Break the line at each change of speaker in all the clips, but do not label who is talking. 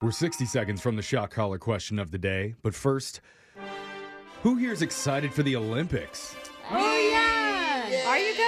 We're 60 seconds from the shock collar question of the day, but first, who here is excited for the Olympics?
Oh yeah. Are you guys?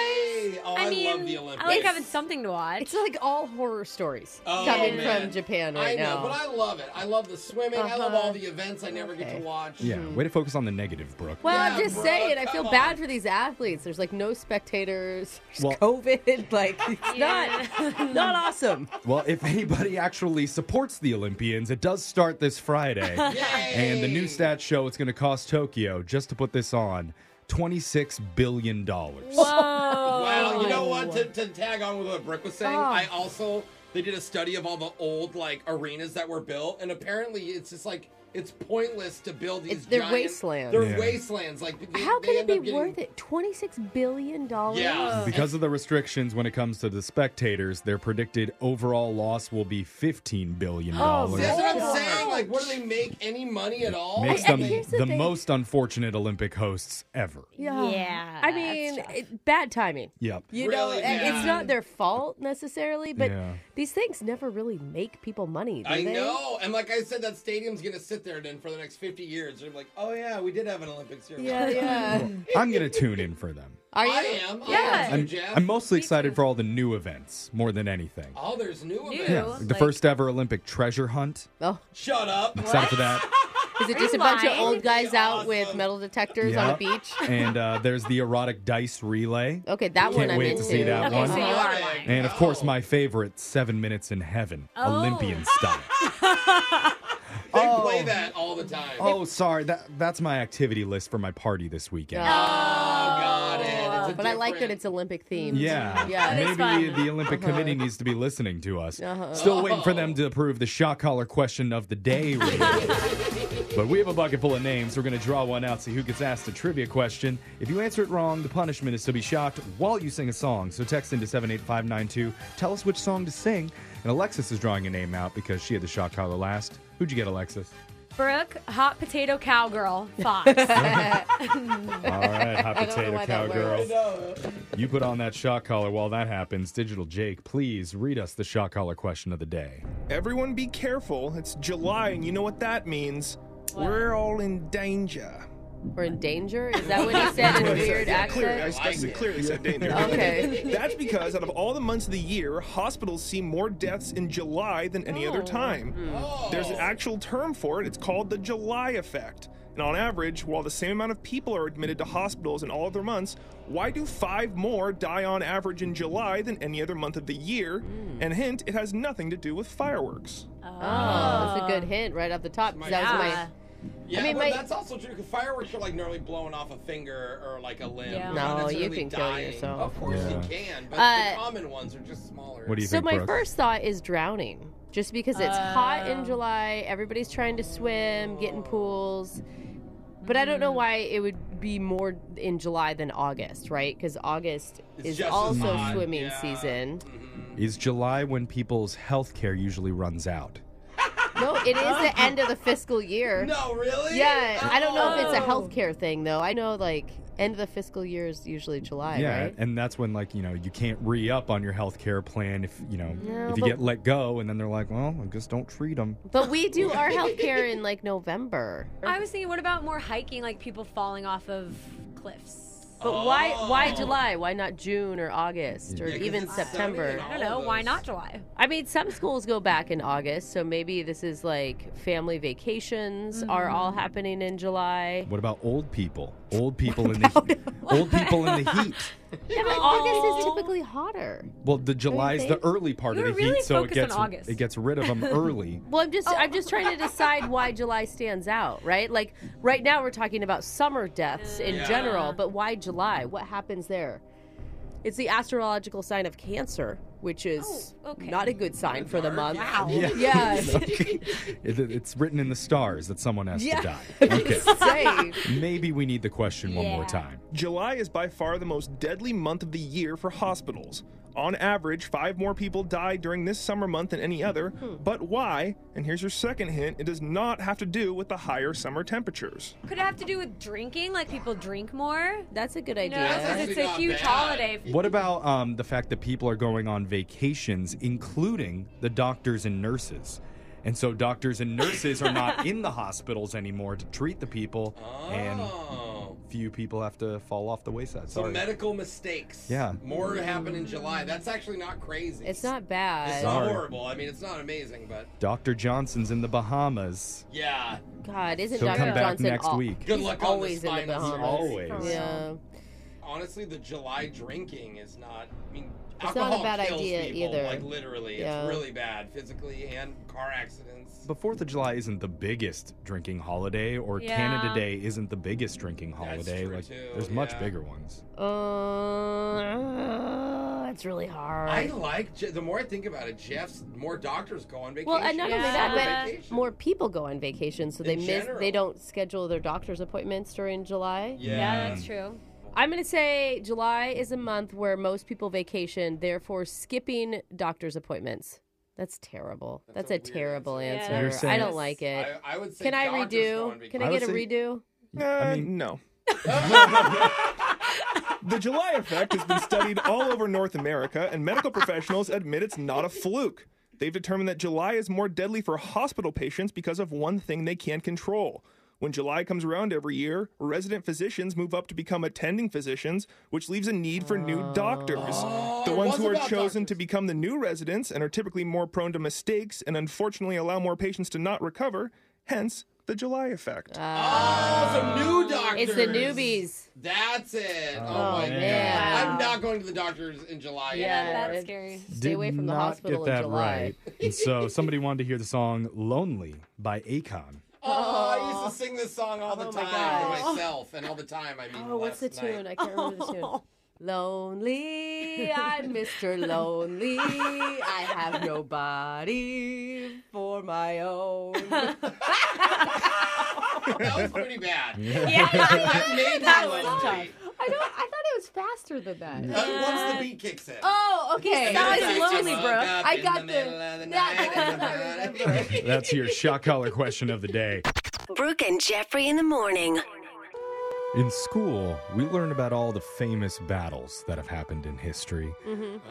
Oh, I,
I mean,
love the
I
Olympics.
like having something to watch.
It's like all horror stories
Oh,
coming
man.
from Japan
I
right
know,
now.
but I love it. I love the swimming. I love
Uh-huh.
all the events I never get
Okay.
to watch.
Yeah, way to focus on the negative, Brooke.
Hmm. well,
Yeah,
I'm just
bro,
saying, I feel
come on.
bad for these athletes. There's like no spectators. There's
Well-
COVID. Like it's
Yeah.
not not awesome.
Well, if anybody actually supports the Olympians, it does start this Friday.
Yay!
and the new stats show it's going to cost Tokyo, just to put this on, $26 billion.
Whoa.
Well, you know
Oh.
what? To, to tag on with what Brooke was saying, I also they did a study of all the old like arenas that were built, and apparently it's just like it's pointless to build these.
It's- they're
giant,
wastelands.
They're
Yeah.
wastelands. Like they,
How
they
can it
end
be
up getting-
worth it? Twenty six billion dollars.
Yeah.
Because of the restrictions when it comes to the spectators, their predicted overall loss will be $15 billion.
Oh,
See, that's what
Oh.
I'm saying. Like, where do they make any money at all?
Makes
And-
them
and here's
the,
the thing.
most unfortunate Olympic hosts ever.
Yeah,
I
that's
mean,
tough.
it, bad timing.
Yep.
You know,
Really
and
bad.
it's not their fault necessarily, but
Yeah.
these things never really make people money. Do
I
they?
know, and like I said, that stadium's gonna sit there then for the next 50 years. They're like, oh yeah, we did have an Olympics here.
Yeah, yeah.
I'm going to tune in for them.
Are you?
I am. I
Yeah.
am too,
I'm,
Jeff.
I'm mostly
Me
excited
too.
for all the new events more than anything.
oh, there's new
New.
events.
Yeah,
Like-
the first ever Olympic treasure hunt.
Oh,
Shut up.
Excited for that.
is it
Are
just
you
a bunch of
lying?
old guys out with
Awesome.
metal detectors on
Yeah.
a beach?
And uh, there's the erotic dice relay.
Okay, that
Can't
one I'm
wait to
into.
see that
okay,
one.
so you
Uh-huh.
are lying.
And of course, my favorite, Seven Minutes in Heaven,
Oh.
Olympian style.
They
Oh.
play that all the time.
Oh, sorry. That that's my activity list for my party this weekend.
Yeah.
got it. It's a
oh, But I like that
different-
it's Olympic themed.
Yeah.
Yeah.
That is
Maybe
fun.
the Olympic
Uh-huh.
Committee needs to be listening to us. Still waiting for
Oh.
them to approve the shot collar question of the day. rating. but we have a bucket full of names. We're going to draw one out, see who gets asked a trivia question. If you answer it wrong, the punishment is to be shocked while you sing a song. So text into 78592. Tell us which song to sing. And Alexis is drawing a name out because she had the shot collar last. Who'd you get, Alexis?
Brooke, hot potato cowgirl, Fox.
All right, hot
don't know
potato
why that
cowgirl.
works.
No.
You put on that shock collar while that happens. Digital Jake, please read us the shock collar question of the day.
Everyone be careful. It's July, and you know what that means. We're all in danger.
We're in danger? Is that what he said in a weird
Yeah, clearly, I,
accent?
s- I s- clearly said danger.
Okay.
That's because out of all the months of the year, hospitals see more deaths in July than any
Oh.
other time. There's
Oh.
an actual term for it. It's called the July effect. And on average, while the same amount of people are admitted to hospitals in all other months, why do five more die on average in July than any other month of the year?
Hmm.
And hint, it has nothing to do with fireworks.
Oh, that's a good hint right off the top. 'cause That was
Yeah.
my.
Yeah,
I mean,
but
my-
that's also true. 'cause Fireworks are like normally blowing off a finger or like a limb.
Yeah.
You're
No,
not
you
necessarily
can kill
dying.
yourself.
Of course
Yeah.
you can, but
Uh,
the common ones are just smaller.
What do you
So
think,
my
Brooke?
first thought is drowning. Just because it's hot
Oh.
in July, everybody's trying to swim, get in pools. But I don't know why it would be more in July than August, right? Because August
It's
is
just as
also
hot,
swimming
yeah.
season.
Mm-hmm.
Is July when people's health care usually runs out?
No, it is the end of the fiscal year.
No, really?
Yeah, I don't know if it's a
Oh.
healthcare thing though. I know like end of the fiscal year is usually July,
yeah,
right?
and that's when like, you know, you can't re up on your health care plan if, you know,
No,
if you
but-
get let go and then they're like, "Well, I guess don't treat them."
But we do our healthcare in like November.
I was thinking, what about more hiking, like people falling off of cliffs? But why? Why
Why July? Why not June or August or
Yeah, 'cause
even
it's sunny and
September?
I don't know. Why not July?
I mean, some schools go back in August, so maybe this is like family vacations are all happening in July.
What about old people? Old people in the old people in the heat.
Yeah, but August is typically hotter.
Well, the July's the
think?
early part
You
of
were
the
really
heat, so it
focused on
gets
August.
it gets rid of them early.
Well, I'm just
Oh.
I'm just trying to decide why July stands out, right? Like right now we're talking about summer deaths in
Yeah.
general, but why July? What happens there? It's the astrological sign of Cancer, which is
Oh, okay.
not a good sign for the month.
Wow.
Yeah.
Yes.
Okay. It- it's written in the stars that someone has
Yeah.
to die. Okay.
Say.
Maybe we need the question one more
Yeah.
time.
July is by far the most deadly month of the year for hospitals. On average, five more people die during this summer month than any other. But why? And here's your second hint it does not have to do with the higher summer temperatures.
Could it have to do with drinking? Like people drink more?
That's a good
You know,
idea.
That's
it's
actually
a
not
huge
bad.
holiday.
What about um, the fact that people are going on vacations, including the doctors and nurses? And so doctors and nurses are not in the hospitals anymore to treat the people, and
Oh.
few people have to fall off the wayside.
So
Sorry.
medical mistakes.
Yeah.
More happened in July. That's actually not crazy.
It's not
It's
bad.
not
Sorry.
horrible. I mean, it's not amazing, but
Dr. Johnson's in the Bahamas.
yeah.
God, isn't
He'll
Dr.
come back
Johnson
next
al-
week.
Good
he's
luck on the
always in the
spinal surgery.
Bahamas.
Always.
Yeah.
Honestly, the July drinking is not. I mean,
It's not a
alcohol
bad
kills
idea
people,
either.
Like literally,
Yeah.
it's really bad physically and car accidents.
But Fourth of July isn't the biggest drinking holiday, or
Yeah.
Canada Day isn't the biggest drinking
That's
holiday.
true,
like,
too,
there's much
yeah.
bigger ones.
Uh, it's really hard.
I like Je- the more I think about it, Jeff's more doctors go on vacation.
well, and not only
Yeah.
that,
Summer
but
vacation.
more people go on vacation, so they
In
miss. They
general.
don't schedule their doctor's appointments during July.
Yeah.
Yeah, that's true.
I'm going to say July is a month where most people vacation, therefore skipping doctor's appointments. That's terrible. That's,
That's
a,
a weird
terrible
answer.
answer.
Yeah,
You're
I
saying-
don't like it.
I, I would say.
Can I
doctors go on
redo? Can I
I
get a
would say-
redo?
I
Uh,
mean-
no. the July effect has been studied all over North America, and medical professionals admit it's not a fluke. They've determined that July is more deadly for hospital patients because of one thing they can't control. When July comes around every year, resident physicians move up to become attending physicians, which leaves a need for new doctors. the
Oh, it
ones
was
who are
about
chosen
doctors.
to become the new residents and are typically more prone to mistakes and unfortunately allow more patients to not recover, hence the July effect.
Oh, so new doctors.
It's the newbies.
That's it. Oh, my
man.
god. I'm not going to the doctors in July.
Yeah.
anymore.
That's
it-
scary.
Stay
Did
away from the
not
hospital
get that
in July.
right. and so somebody wanted to hear the song "Lonely" by Akon.
Oh, I used to sing this song all the
Oh my
time
God.
to myself, and all the time. I mean,
Oh, what's the
last
tune?
night.
I can't remember the tune. Lonely, I'm Mr. Lonely. I have nobody for my own.
That was pretty bad.
Yeah.
That made
That
me
was
lonely.
I don't. I thought it was faster than that.
Uh, once the beat kicks in.
Oh, okay.
That was
Just
lonely,
woke
bro.
up
I
in
got the-
middle of the
that-
night.
That's your shock collar question of the day.
Brooke and Jeffrey in the morning.
In school, we learn about all the famous battles that have happened in history,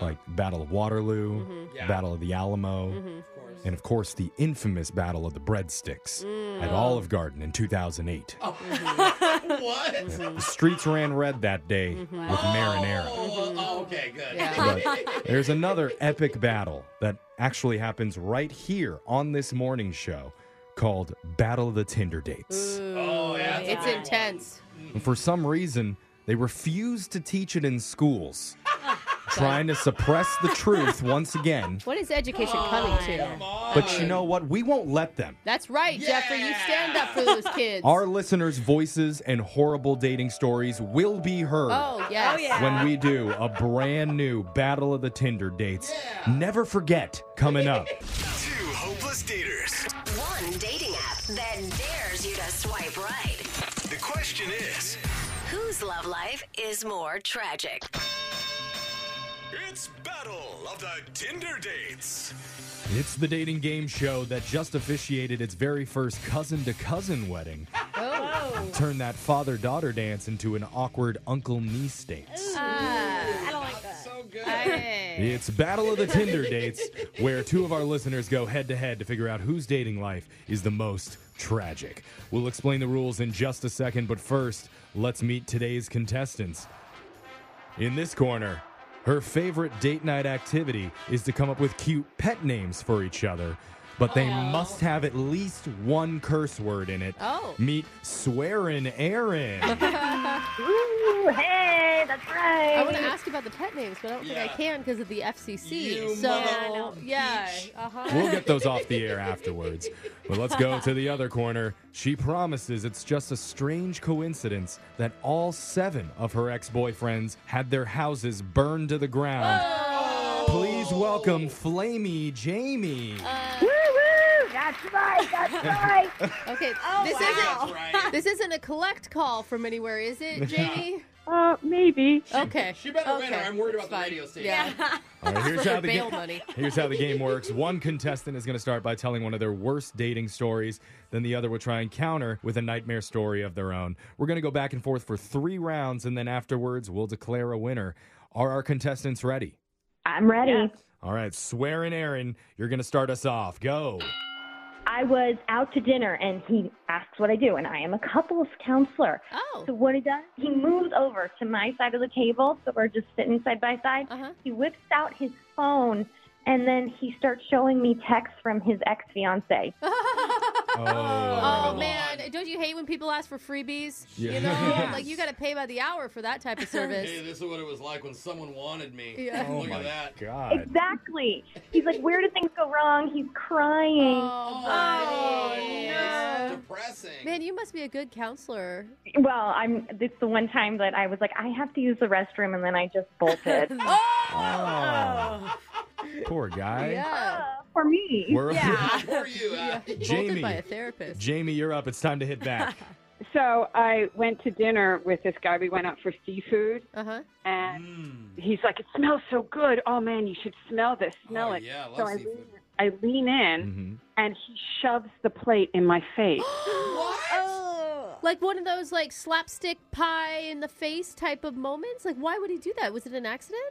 like Battle of Waterloo,
Mm-hmm. Yeah. Mm-hmm.
Battle of the Alamo,
Of course.
and of course the infamous Battle of the Breadsticks
Mm.
at Olive Garden in 2008.
Oh. What?
Mm-hmm.
The streets ran red that day
Mm-hmm.
with marinara.
Oh, oh, okay, good.
But there's another epic battle that actually happens right here on this morning show called Battle of the Tinder Dates.
Oh, yeah.
It's intense.
And for some reason, they refuse to teach it in schools, trying to suppress the truth once again.
What is education coming to?
But you know what? We won't let them.
That's right, Jeffrey. You stand up for those kids.
Our listeners' voices and horrible dating stories will be heard.
oh yes.
Oh, yeah.
When we do a brand new Battle of the Tinder dates, never forget coming up.
Two hopeless daters.
One dating app that dares you to swipe right.
The question is,
Whose love life is more tragic?
it's battle of the Tinder dates.
It's the dating game show that just officiated its very first cousin to cousin wedding. Turn that father daughter dance into an awkward uncle niece dance.
I don't like that.
So good.
It's Battle of the Tinder Dates, where two of our listeners go head to head to figure out whose dating life is the most tragic. We'll explain the rules in just a second, but first, let's meet today's contestants. In this corner, her favorite date night activity is to come up with cute pet names for each other, but they must have at least one curse word in it.
Oh.
Meet Swearin' Aaron.
I want to ask about the pet names, but I don't think
Yeah.
I can because of the FCC.
You
so
mother
yeah,
peach.
uh-huh.
We'll get those off the air afterwards. But let's go to the other corner. She promises it's just a strange coincidence that all seven of her ex boyfriends had their houses burned to the ground.
Oh.
Please welcome Flamey Jamie.
Okay,
Oh,
this
That's
isn't
right.
this isn't a collect call from anywhere, is it, Jamie?
Uh, maybe.
Okay.
She better win, or
Okay.
I'm worried
It's
about the
fine.
radio station.
Yeah.
All right, here's
Uh, For
how the
bail
ga-
money.
Here's how the game works. One contestant is going to start by telling one of their worst dating stories. Then the other will try and counter with a nightmare story of their own. We're going to go back and forth for three rounds, and then afterwards, we'll declare a winner. Are our contestants ready?
I'm ready.
All right, swearing Aaron, you're going to start us off. Go.
I was out to dinner and he asks what I do, and I am a couples counselor.
Oh.
So what he does, he moves over to my side of the table, so we're just sitting side by side.
Uh-huh.
He whips out his phone and then he starts showing me texts from his ex fiance.
Oh man, don't you hate when people ask for freebies?
Yeah.
You know,
Yeah.
like you got to pay by the hour for that type of service.
Hey, this is what it was like when someone wanted me.
Yeah.
Oh
Look
my
at that.
God.
Exactly. He's like, Where do things go wrong? He's crying.
Oh, buddy.
It's depressing.
Man, you must be a good counselor.
Well, I'm. It's the one time that I was like, I have to use the restroom, and then I just bolted.
Oh. Poor guy.
Yeah.
For me.
We're-
Poor you. Ah. Al.
Jamie.
Bolted by a therapist.
Jamie, you're up. It's time to hit back.
So I went to dinner with this guy. We went out for seafood,
Uh huh.
and
Mm.
he's like, "It smells so good. Oh man, you should smell this. Smell
Oh,
it."
yeah, I love
so I
seafood.
lean, I lean in,
Mhm.
and he shoves the plate in my face.
Oh, Like one of those like slapstick pie in the face type of moments. Like, why would he do that? Was it an accident?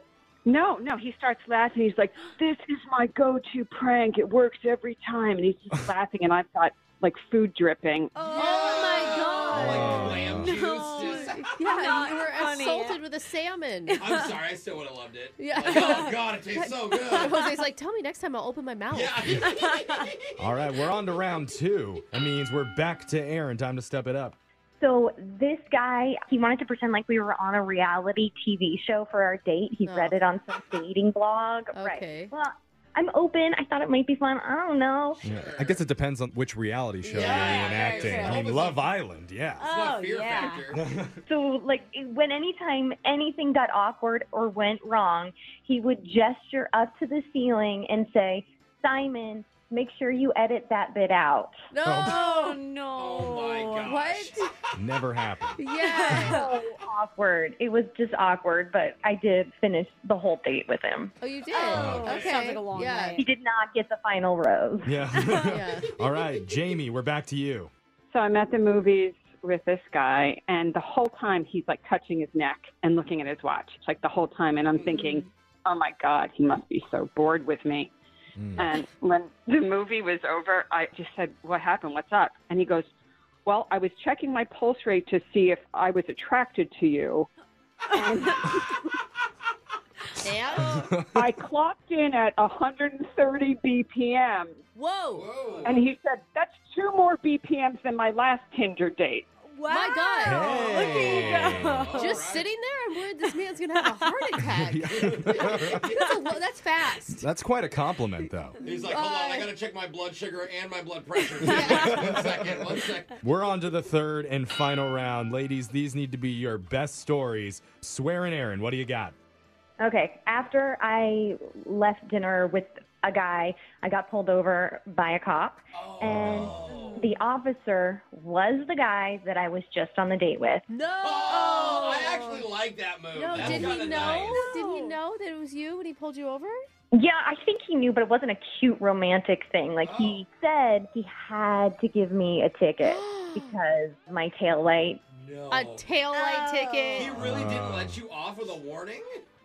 no, no. He starts laughing. He's like, "This is my go-to prank. It works every time." And he's just laughing, and I've got like food dripping.
Oh, my
Oh
god.
Oh,
Like lamb juice. Just,
Yeah,
Not
you were
funny.
assaulted with a salmon.
I'm sorry. I still would have loved it.
Yeah. Oh.
Like, oh God, it tastes so good.
Jose's like, tell me next time I'll open my mouth.
Yeah.
All right, we're on to round two. That means we're back to Aaron. Time to step it up.
So this guy, he wanted to pretend like we were on a reality TV show for our date. He
Oh.
read it on some dating blog.
Okay.
Right. Well, I'm open. I thought it might be fun. I don't know.
I guess it depends on which reality show
Yeah,
you're reenacting.
yeah, yeah.
I mean, Love Island, yeah.
Not
Oh,
fear
yeah.
factor.
So, like, when anytime anything got awkward or went wrong, he would gesture up to the ceiling and say, Simon, make sure you edit that bit out.
No.
Oh no.
Oh my gosh.
What?
Never happened.
Yeah.
So awkward. It was just awkward, but I did finish the whole date with him.
Oh, you did.
Oh,
okay.
that sounds like a long
yeah.
night.
He did not get the final rose.
Yeah.
Yeah.
All right, Jamie, we're back to you.
So I'm at the movies with this guy, and the whole time he's like touching his neck and looking at his watch, like the whole time. And I'm thinking, oh my God, he must be so bored with me. And when the movie was over, I just said, What happened? What's up? And he goes, Well, I was checking my pulse rate to see if I was attracted to you.
And
I clocked in at 130 BPM,
whoa.
Whoa.
and he said, That's two more BPMs than my last Tinder date.
Wow.
My God.
Hey.
All
Just
right.
sitting there, I'm worried this man's gonna have a heart
Mm.
attack. that's, a lo- that's fast.
That's quite a compliment, though.
He's like, hold on, I gotta check my blood sugar and my blood pressure. one second, one second.
We're on to the third and final round. Ladies, these need to be your best stories. Swearing Aaron, what do you got?
Okay. After I left dinner with a guy, I got pulled over by a cop.
Oh.
Oh.
And the officer was the guy that I was just on the date with.
No.
Oh, I actually like that move.
no,
That's
did
kinda
he know?
Nice.
Did he know that it was you when he pulled you over?
Yeah, I think he knew, but it wasn't a cute romantic thing. Like he
Oh.
said he had to give me a ticket because my tail light.
No.
A tail
Oh.
light
he
ticket.
really didn't let you off with a warning?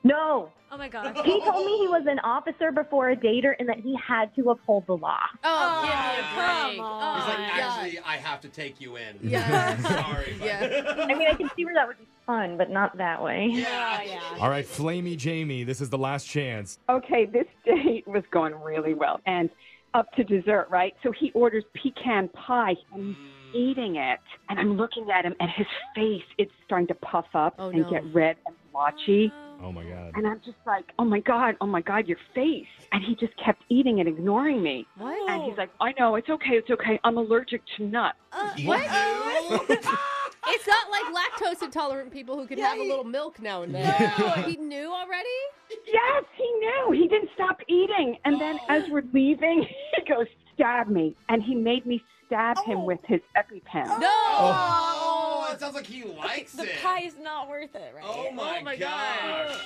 No.
Oh my gosh.
He told me he was an officer before a dater and that he had to uphold the law.
Oh, give me a
come
break.
on.
Oh,
He's like,
my God.
actually, I have to take you in.
Yeah.
Sorry, but
Yeah.
I mean, I can see where that would be fun, but not that way.
Yeah.
All right, Flamey Jamie, this is the last chance.
Okay, this date was going really well. And up to dessert, right? So he orders pecan pie and
Mm.
he's eating it. And I'm looking at him and his face, it's starting to puff up
Oh,
and
no.
get red and blotchy.
Oh my God.
And I'm just like, oh my God, oh my God, your face. And he just kept eating and ignoring me.
oh.
What?
And he's like, I know, it's okay, it's okay. I'm allergic to nuts.
It's not like lactose intolerant people who can have a little milk now and then. He knew already?
Yes, he knew. He didn't stop eating. And then as we're leaving, he goes, stab me. And he made me stab him with his EpiPen.
Oh. No.
Oh, it sounds like he likes
The
it.
pie is not worth it, right?
Oh my,
Oh my
gosh.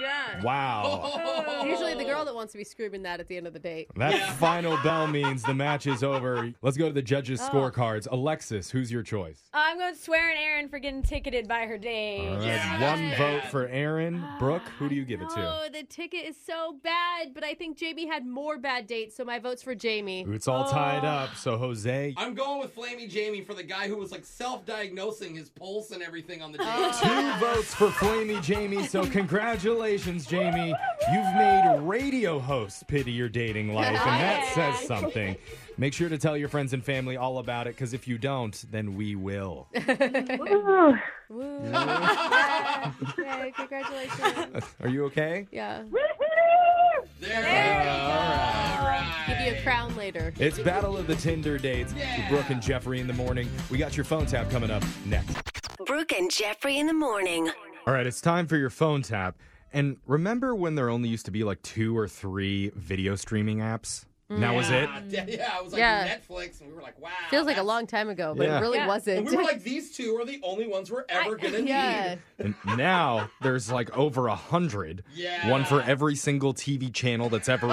Yeah.
Wow.
Oh.
Usually the girl that wants to be screaming that at the end of the date.
That final bell means the match is over. Let's go to the judges' scorecards. Alexis, who's your choice?
I'm going to swear at Erin for getting ticketed by her date.
All right, one vote for Aaron. Brooke, who do you give it to?
Oh, the ticket is so bad, but I think Jamie had more bad dates, so my vote's for Jamie.
It's all tied up. So Jose,
I'm going with Flammy Jamie for the guy who was like self-diagnosing his pulse and everything on the
Oh.
date.
two votes for Flamey Jamie. So congratulations, Jamie. You've made radio host pity your dating life, and that says something. Make sure to tell your friends and family all about it, because if you don't, then we will.
Okay, congratulations.
Are you okay?
Yeah.
all right.
Give you a crown later.
It's Battle of the Tinder Dates with Brooke and Jeffrey in the morning. We got your phone tap coming up next.
Brooke and Jeffrey in the morning.
All right, it's time for your phone tap. And remember when there only used to be like two or three video streaming apps? That was it?
Yeah, yeah, it was like
Yeah.
Netflix, and we were like, wow.
Feels like a long time ago, but
Yeah.
it really
Yeah.
wasn't.
And we were like, these two are the only ones we're ever gonna
yeah.
need.
And now there's like over a hundred.
Yeah.
One for every single TV channel that's ever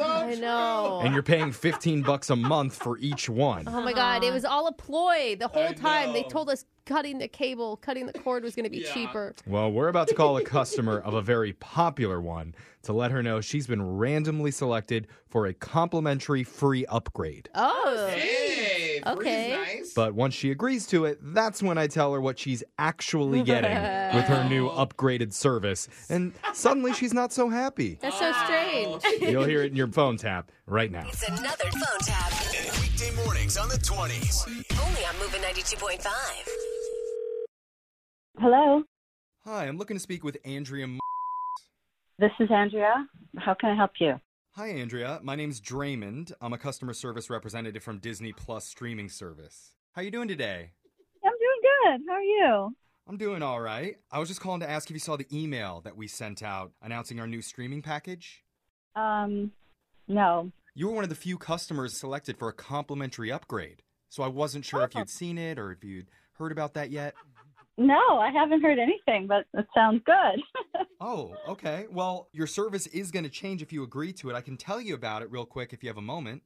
I know.
and you're paying 15 bucks a month for each one.
Uh-huh.
Oh my God! It was all a ploy the whole time. They told us cutting the cable, cutting the cord was going to be cheaper.
Well, we're about to call a customer of a very popular one to let her know she's been randomly selected for a complimentary free upgrade.
Oh,
Hey, three's
Okay.
nice.
But once she agrees to it, that's when I tell her what she's actually getting with her new upgraded service. And suddenly she's not so happy.
that's so strange.
You'll hear it in your phone tap right now.
It's another phone tap.
Weekday mornings on the 20s.
Only on Moving 92.5.
Hello,
Hi, I'm looking to speak with Andrea. M-
this is Andrea. How can I help you?
Hi, Andrea. My name's Draymond. I'm a customer service representative from Disney Plus streaming service. How you doing today?
I'm doing good. How are you?
I'm doing all right. I was just calling to ask if you saw the email that we sent out announcing our new streaming package.
Um, no.
You were one of the few customers selected for a complimentary upgrade, so I wasn't sure if you'd seen it or if you'd heard about that yet.
No, I haven't heard anything, but it sounds good.
Oh, okay. Well, your service is going to change if you agree to it. I can tell you about it real quick if you have a moment.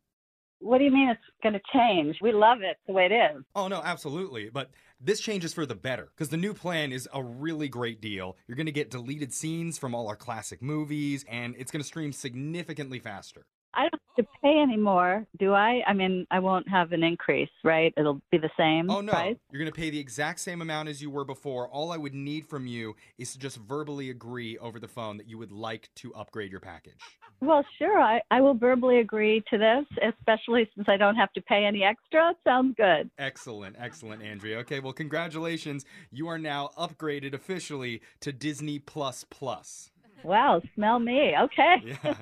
what do you mean it's going to change? We love it the way it is.
Oh, no, absolutely. But this change is for the better because the new plan is a really great deal. You're going to get deleted scenes from all our classic movies, and it's going to stream significantly faster.
I don't have to pay anymore, do I? I mean, I won't have an increase, right? It'll be the same
Oh no,
price.
you're going to pay the exact same amount as you were before. All I would need from you is to just verbally agree over the phone that you would like to upgrade your package.
Well, sure, I, I will verbally agree to this, especially since I don't have to pay any extra. Sounds good.
Excellent, excellent, Andrea. Okay, well, congratulations. You are now upgraded officially to Disney Plus Plus.
Wow, smell me. Okay.
Yeah.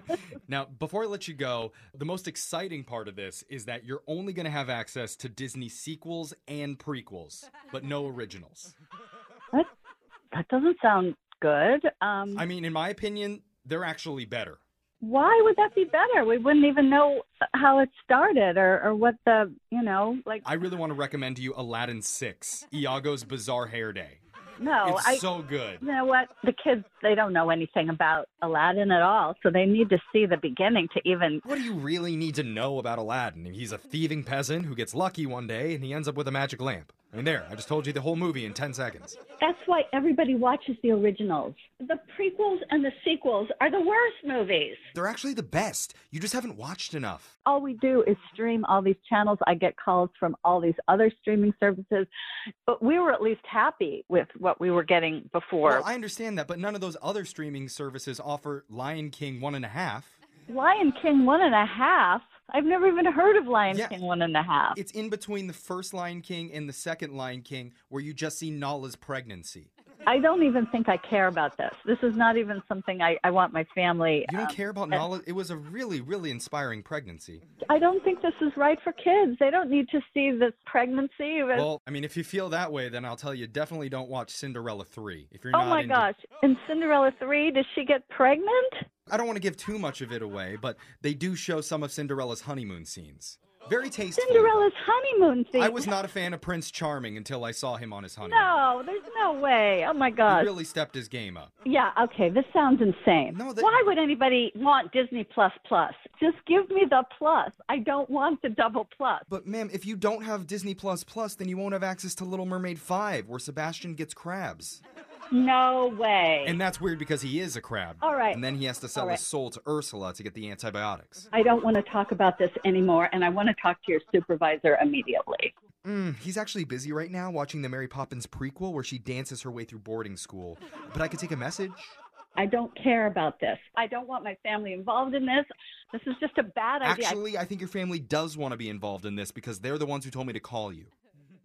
now, before I let you go, the most exciting part of this is that you're only going to have access to Disney sequels and prequels, but no originals.
That doesn't sound good. Um,
I mean, in my opinion, they're actually better.
why would that be better? We wouldn't even know how it started or, or what the, you know, like,
I really want to recommend to you Aladdin 6, Iago's Bizarre Hair Day.
no.
it's
Oh, I,
so good.
You know what? The kids, they don't know anything about Aladdin at all, so they need to see the beginning to even.
What do you really need to know about Aladdin? He's a thieving peasant who gets lucky one day and he ends up with a magic lamp. I mean, there, I just told you the whole movie in 10 seconds.
That's why everybody watches the originals. The prequels and the sequels are the worst movies.
They're actually the best. You just haven't watched enough.
All we do is stream all these channels. I get calls from all these other streaming services, but we were at least happy with what we were getting before.
Well, I understand that, but none of those other streaming services offer Lion King one and a half.
Lion King one and a half. I've never even heard of Lion
Yeah.
King one and a half.
It's in between the first Lion King and the second Lion King where you just see Nala's pregnancy.
I don't even think I care about this. This is not even something I, I want my family.
You don't
um,
care about Nala? It was a really, really inspiring pregnancy.
I don't think this is right for kids. They don't need to see this pregnancy. But,
Well, I mean, if you feel that way, then I'll tell you definitely don't watch Cinderella 3. If you're
oh
not
my
into...
gosh. In Cinderella 3, does she get pregnant?
I don't want to give too much of it away, but they do show some of Cinderella's honeymoon scenes.
Very tasty.
Cinderella's honeymoon theme.
I was not a fan of Prince Charming until I saw him on his honeymoon.
No, there's no way. Oh my
He
gosh.
really stepped his game up.
Yeah, okay, this sounds insane. Why would anybody want Disney Plus Plus? Just give me the plus. I don't want the double plus.
But ma'am, if you don't have Disney Plus Plus, then you won't have access to Little Mermaid 5 where Sebastian gets crabs.
No way.
And that's weird because he is a crab.
All right.
And then he has to sell
All right.
his soul to Ursula to get the antibiotics.
I don't want to talk about this anymore, and I want to talk to your supervisor immediately.
Mm, he's actually busy right now watching the Mary Poppins prequel where she dances her way through boarding school. But I could take a message.
I don't care about this. I don't want my family involved in this. This is just a bad idea. I-
Actually, I think your family does want to be involved in this because they're the ones who told me to call you.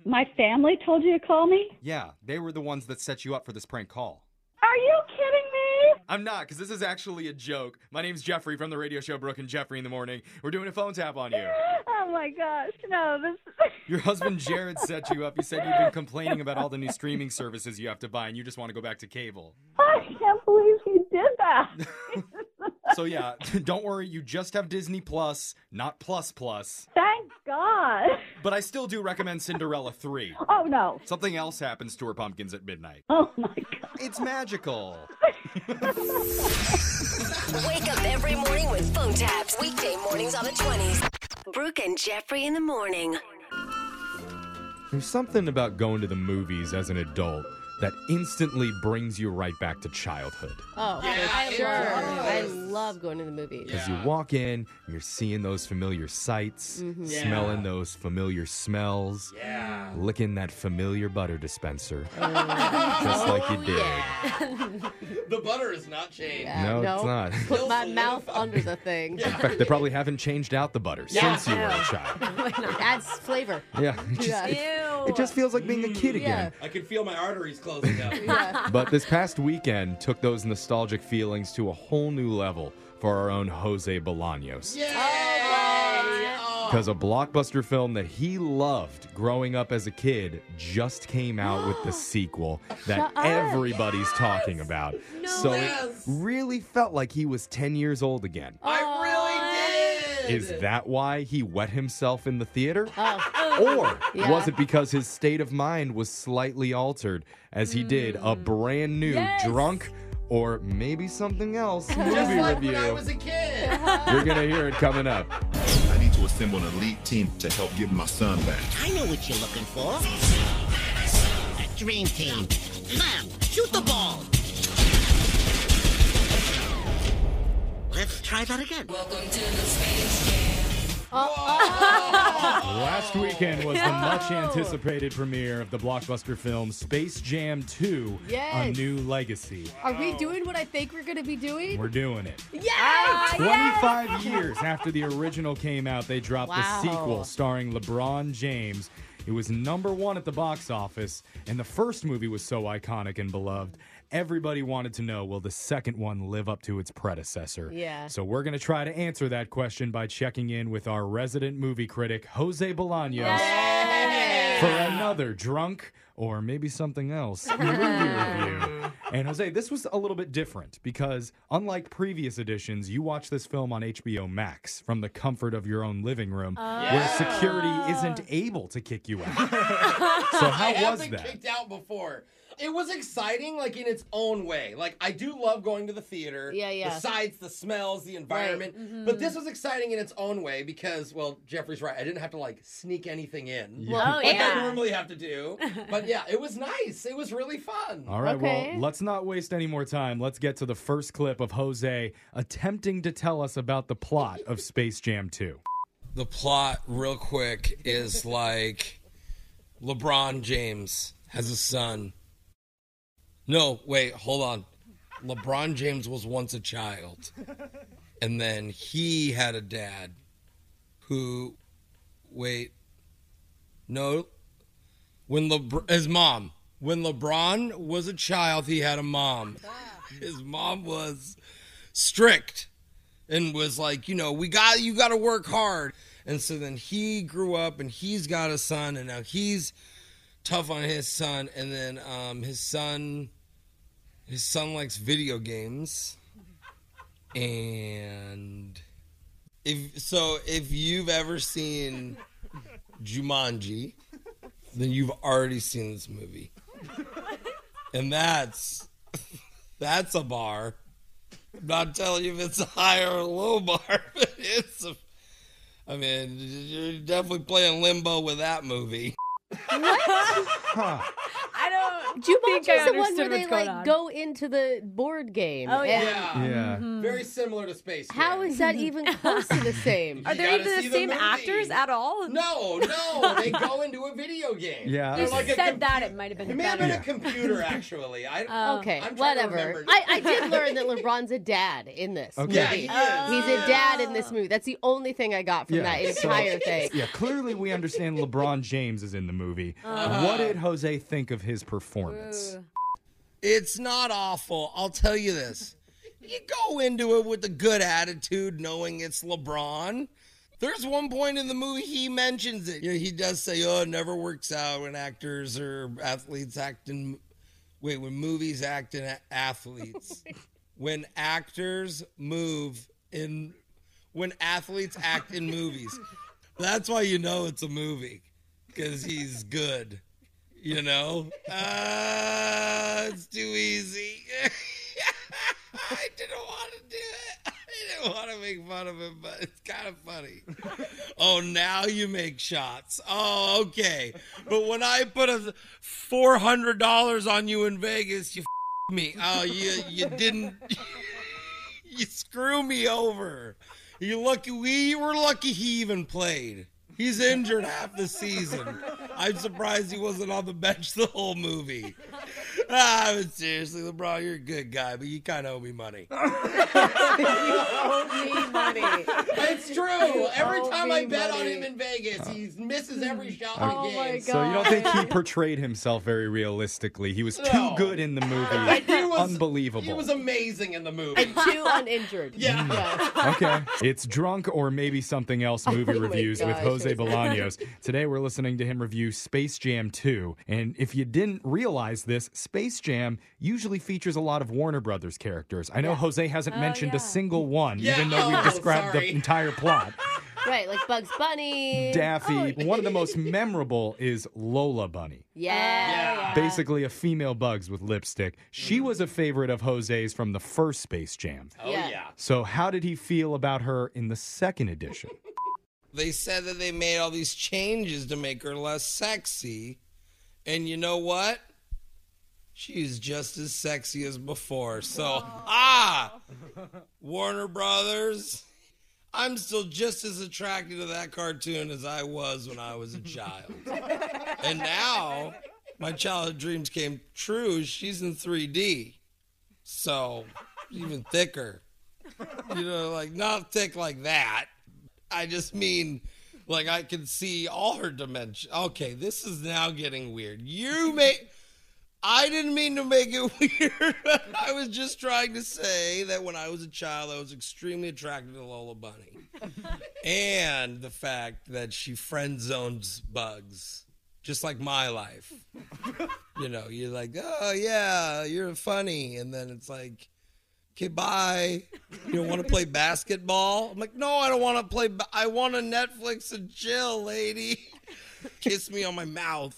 my family told you to call me?
Yeah, they were the ones that set you up for this prank call.
Are you kidding me?
I'm not, because this is actually a joke. My name's Jeffrey from the radio show Brooke and Jeffrey in the Morning. We're doing a phone tap on you.
Oh my gosh. No, this
Your husband Jared set you up. He said you've been complaining about all the new streaming services you have to buy and you just want to go back to cable.
I can't believe he did that.
So yeah, don't worry, you just have Disney Plus, not Plus Plus.
Thank God.
But I still do recommend Cinderella 3.
Oh no.
Something else happens to her pumpkins at midnight.
Oh my god.
It's magical.
Wake up every morning with phone taps. Weekday mornings on the 20s. Brooke and Jeffrey in the morning.
There's something about going to the movies as an adult that instantly brings you right back to childhood.
Oh, for
it
sure. Oh, I
was.
love going to the movies.
Because you walk in, and you're seeing those familiar sights,
Mhm. Yeah.
smelling those familiar smells,
Yeah.
licking that familiar butter dispenser,
Oh.
just like you did.
the butter has not changed.
Yeah, No, it's no. not.
Put my mouth under the thing.
In fact, they probably haven't changed out the butter
Yeah.
since you were a child.
Adds flavor.
Yeah, it just,
Yeah.
It, it just feels like being a kid again.
I can feel my arteries closing up.
But this past weekend took those nostalgic feelings to a whole new level for our own Jose Bolaños.
Oh,
Because a blockbuster film that he loved growing up as a kid just came out with the sequel that
Shut up.
everybody's talking about.
No
so it
Yes.
really felt like he was 10 years old again.
I really
Is that why he wet himself in the theater?
Oh.
Or was it because his state of mind was slightly altered as he did a
Mm.
brand new
Yes.
drunk or maybe something else movie
Just like
review?
when I was a kid.
You're going to hear it coming up.
I need to assemble an elite team to help give my son back.
I know what you're looking for. A dream team. Now, shoot the ball. Let's try that again. Welcome to the space
Last weekend was the much anticipated premiere of the blockbuster film Space Jam 2
Yes.
A New Legacy.
Are we doing what I think we're going to be doing?
We're doing it.
Yes!
25 years after the original came out, they dropped
Wow.
the sequel starring LeBron James. It was number one at the box office, and the first movie was so iconic and beloved. Everybody wanted to know will the second one live up to its predecessor?
Yeah.
So we're going to try to answer that question by checking in with our resident movie critic, Jose Bolaños, for another drunk or maybe something else movie review. And Jose, this was a little bit different because unlike previous editions, you watch this film on HBO Max from the comfort of your own living room where
Oh.
security isn't able to kick you out. so how
I have
was
been
that?
kicked out before. It was exciting, like in its own way. Like I do love going to the theater.
Yeah, yeah.
Besides the smells, the environment,
mhm.
but this was exciting in its own way because, well, Jeffrey's right. I didn't have to like sneak anything in,
Yeah. Well,
like
yeah.
I normally have to do. But yeah, it was nice. It was really fun.
All right, well, let's not waste any more time. Let's get to the first clip of Jose attempting to tell us about the plot of Space Jam 2.
the plot real quick is like LeBron James has a son. No, wait, hold on. LeBron James was once a child. And then he had a dad who wait. No. When LeBron his mom, when LeBron was a child, he had a mom. His mom was strict and was like, you know, we got you got to work hard. And so then he grew up and he's got a son and now he's tough on his son and then um his son his son likes video games and If so, if you've ever seen Jumanji, then you've already seen this movie, and that's that's a bar. I'm not telling you if it's a high or a low bar, but it's. A, I mean, you're definitely playing limbo with that movie.
I don't.
Jumanji
think I
is the one where
understood
they
what's going
like
on.
go into the board game.
Oh, yeah.
and-
Yeah.
Very similar to Space.
How is that even close to the same?
Are there even the same actors at all?
No, no, they go into a video game.
Yeah.
You
They're like
said
a
that it might have been.
It may have been
better.
a computer, actually. I,
okay,
I'm trying to
whatever.
remember.
I, I did learn that LeBron's a dad in this.
Okay.
Movie.
Yeah, he
He's a dad in this movie. That's the only thing I got from that
so-
entire thing.
Yeah, clearly we understand LeBron James is in the movie.
Uh-huh.
What did Jose think of his performance?
It's not awful. I'll tell you this. You go into it with a good attitude, knowing it's LeBron. There's one point in the movie he mentions it. You know, he does say, "Oh, it never works out when actors or athletes act in, wait, when movies act in a- athletes, when actors move in, when athletes act in movies." That's why you know it's a movie, because he's good. You know, uh, it's too easy. I didn't want to do it. I didn't want to make fun of him, but it's kind of funny. oh, now you make shots. Oh, okay. But when I put a four hundred dollars on you in Vegas, you f- me. Oh, you you didn't. you screw me over. You lucky. We were lucky he even played. He's injured half the season. I'm surprised he wasn't on the bench the whole movie. Ah, but seriously, LeBron, you're a good guy, but you kind of owe me money. It's true. Every time I bet on him in Vegas, he misses every shot
Oh,
he gets.
So you don't think he portrayed himself very realistically? He was too
No.
good in the movie.
Like, he was-
Unbelievable.
He was amazing in the movie.
And two uninjured.
Yeah.
okay. It's Drunk or Maybe Something Else movie
Oh my
reviews with
gosh.
Jose Bolaños. Today we're listening to him review Space Jam 2. And if you didn't realize this, Space Jam usually features a lot of Warner Brothers characters. I know Jose hasn't mentioned a single one, even though
Yeah.
we've
Oh,
described
sorry.
the entire plot.
Right, like Bugs Bunny. Oh.
Daffy, one of the most memorable is Lola Bunny.
Yeah. Mm-hmm.
Basically, a female Bugs with lipstick. She was a favorite of Jose's from the first Space Jam.
Oh, yeah.
So, how did he feel about her in the second edition?
They said that they made all these changes to make her less sexy. And you know what? She's just as sexy as before. So, ah, Warner Brothers, I'm still just as attracted to that cartoon as I was when I was a child. and now my childhood dreams came true. She's in 3D. So, even thicker. You know, like not thick like that. I just mean, like I can see all her dimensions. Okay, this is now getting weird. You make. I didn't mean to make it weird. I was just trying to say that when I was a child, I was extremely attracted to Lola Bunny, and the fact that she friend zones bugs, just like my life. You know, you're like, oh yeah, you're funny, and then it's like, okay, bye. You don't want to play basketball? I'm like, no, I don't want to play. Ba- I want to Netflix and chill, lady. Kiss me on my mouth.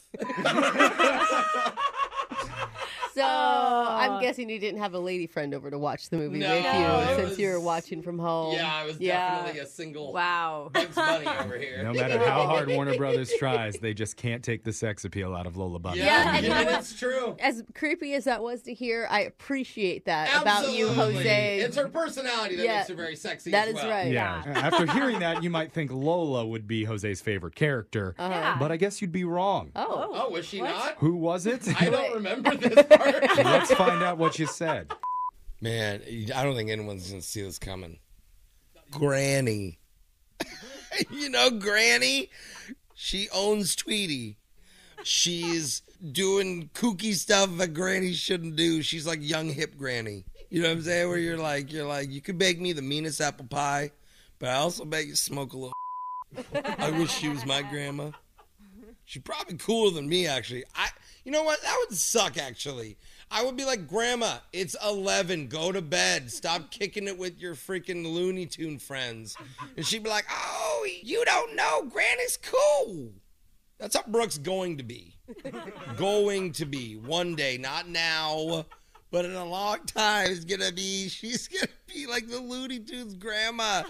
So
Oh.
I'm guessing you didn't have a lady friend over to watch the movie
No,
with
it
you since
was-
you were watching from home.
Yeah, I was
Yeah.
definitely a single
Wow.
Bugs Bunny over here.
No matter how hard Warner Brothers tries, they just can't take the sex appeal out of Lola Bunny.
Yeah, and
Yeah,
you know
it's true.
As creepy as that was to hear, I appreciate that about you,
Absolutely.
Jose.
It's her personality that
Yeah.
makes her very sexy.
That
as
is
well.
right.
Yeah. After hearing that, you might think Lola would be Jose's favorite character,
Uh-huh. Yeah.
but I guess you'd be wrong.
Oh.
Oh, was she not?
Who was it?
I don't remember this part.
Let's find out what you said.
Man, I don't think anyone's gonna see this coming. Granny. you know, Granny, she owns Tweety. She's doing kooky stuff that Granny shouldn't do. She's like young hip Granny. You know what I'm saying? Where you're like, you're like, you could bake me the meanest apple pie, but I also bet you smoke a little. I wish she was my grandma. She's probably cooler than me, actually. I, you know what? That would suck, actually. I would be like, Grandma, it's 11. Go to bed. Stop kicking it with your freaking Looney Tune friends. And she'd be like, Oh, you don't know. Granny's cool. That's how Brooke's going to be. going to be one day, not now, but in a long time. It's going to be, she's going to be like the Looney Tunes grandma.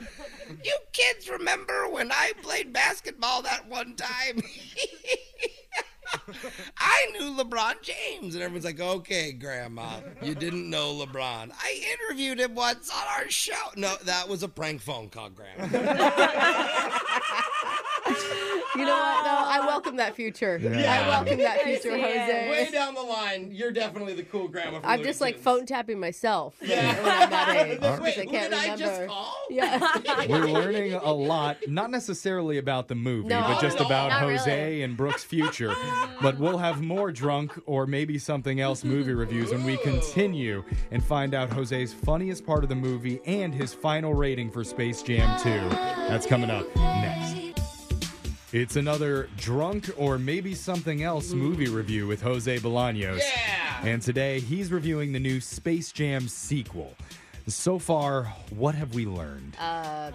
You kids remember when I played basketball that one time? I knew LeBron James. And everyone's like, okay, Grandma, you didn't know LeBron. I interviewed him once on our show. No, that was a prank phone call, Grandma.
You know what? No, I welcome that future. I welcome that future, Jose.
Way down the line, you're definitely the cool grandma. From
I'm just like phone tapping myself. Yeah. When I'm that age,
All right.
'cause I
Wait,
can't
who did I
remember.
just
Yeah.
We're learning a lot, not necessarily about the movie,
No,
but just
not
about
really.
Jose and Brooke's future. but we'll have more drunk or maybe something else movie reviews when we continue and find out Jose's funniest part of the movie and his final rating for Space Jam 2. That's coming up next. It's another drunk or maybe something else movie review with Jose Bolaños. Yeah. And today he's reviewing the new Space Jam sequel. So far, what have we learned?
Um,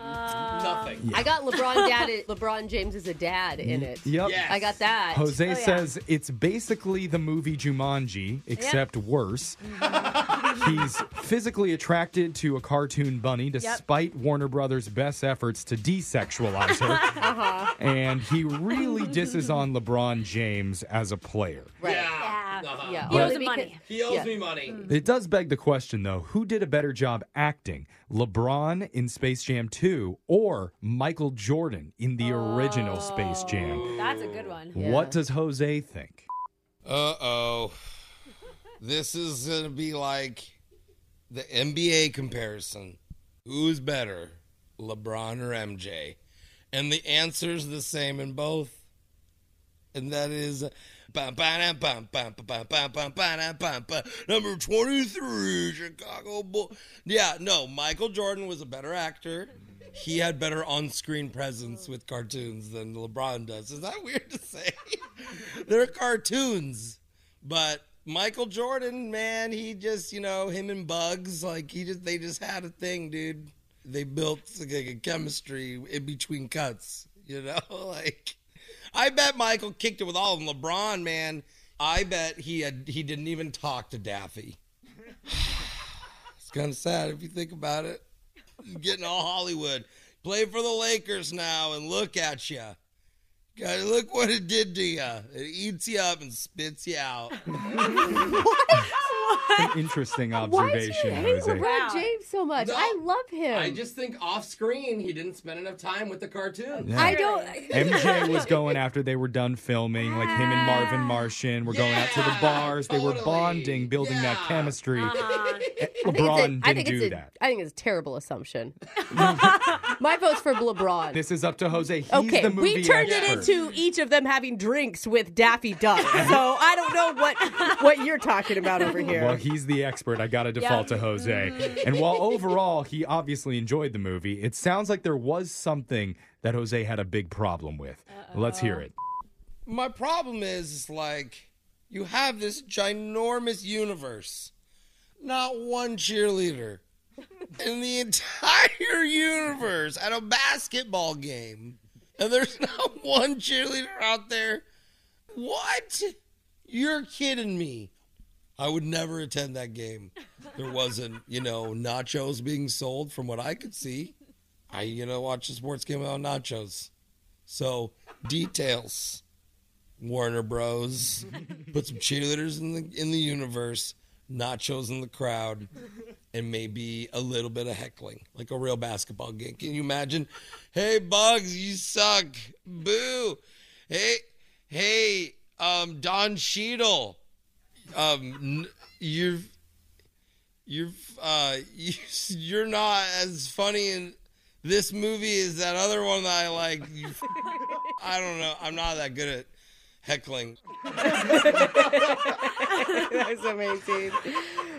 Nothing.
I got LeBron dad. LeBron James is a dad in it.
Yep. Yes.
I got that.
Jose
Oh, yeah.
says it's basically the movie Jumanji, except worse.
Mm-hmm.
He's physically attracted to a cartoon bunny despite Warner Brothers' best efforts to desexualize her.
Uh-huh.
and he really disses on LeBron James as a player.
Right.
Yeah.
Yeah.
He owes
Only
him
because-
money. He owes
yeah.
me money.
It does beg the question, though who did a better job acting, LeBron in Space Jam 2 or Michael Jordan in the original Space
Oh,
Jam?
That's a good one.
What does Jose think?
Uh oh. This is going to be like the NBA comparison. Who's better, LeBron or MJ? And the answer's the same in both. And that is bum, ba-da, bum, bum, ba- bum, bum, bum, ba-da, bum, ba- number 23, Chicago Bull. Yeah, no, Michael Jordan was a better actor. He had better on screen presence with cartoons than LeBron does. Is that weird to say? They're cartoons. But Michael Jordan, man, he just, you know, him and Bugs, like he just they just had a thing, dude. They built like a chemistry in between cuts, you know? Like I bet Michael kicked it with all of them. LeBron, man, I bet he had he didn't even talk to Daffy. it's kind of sad if you think about it. Getting all Hollywood. Play for the Lakers now and look at you. God, look what it did to you. It eats you up and spits you out.
An interesting
Why do you
observation,
hate
Jose.
LeBron James so much?
No.
I love him.
I just think off screen he didn't spend enough time with the cartoon.
Yeah. I don't- MJ was going after they were done filming, like him and
Ah.
Marvin Martian were going out to the bars. They were bonding, building that chemistry. Eh,
Uh-huh. I think it's a-
LeBron
I
didn't
think
do
it's a-
that.
I think it's a terrible assumption. My vote's for LeBron.
This is up to Jose. He's
Okay,
the movie
we turned
expert.
it into each of them having drinks with Daffy Duck. so I don't know what what you're talking about over here.
Well, he's the expert. I got to default to
Mm.
Jose. And while overall he obviously enjoyed the movie, it sounds like there was something that Jose had a big problem with. Let's hear it.
My problem is, is like you have this ginormous universe, not one cheerleader in the entire universe at a basketball game, and there's not one cheerleader out there. What? You're kidding me. I would never attend that game. There wasn't, you know, nachos being sold from what I could see. I, you know, watched a sports game without nachos. So, details. Warner Bros. Put some cheerleaders in the in the universe, nachos in the crowd, and maybe a little bit of heckling, like a real basketball game. Can you imagine? Hey Bugs, you suck. Boo. Hey, hey, um, Don Cheadle. Um, n- you're you're uh you, you're not as funny in this movie as that other one that I like. You, I don't know. I'm not that good at heckling.
That's amazing.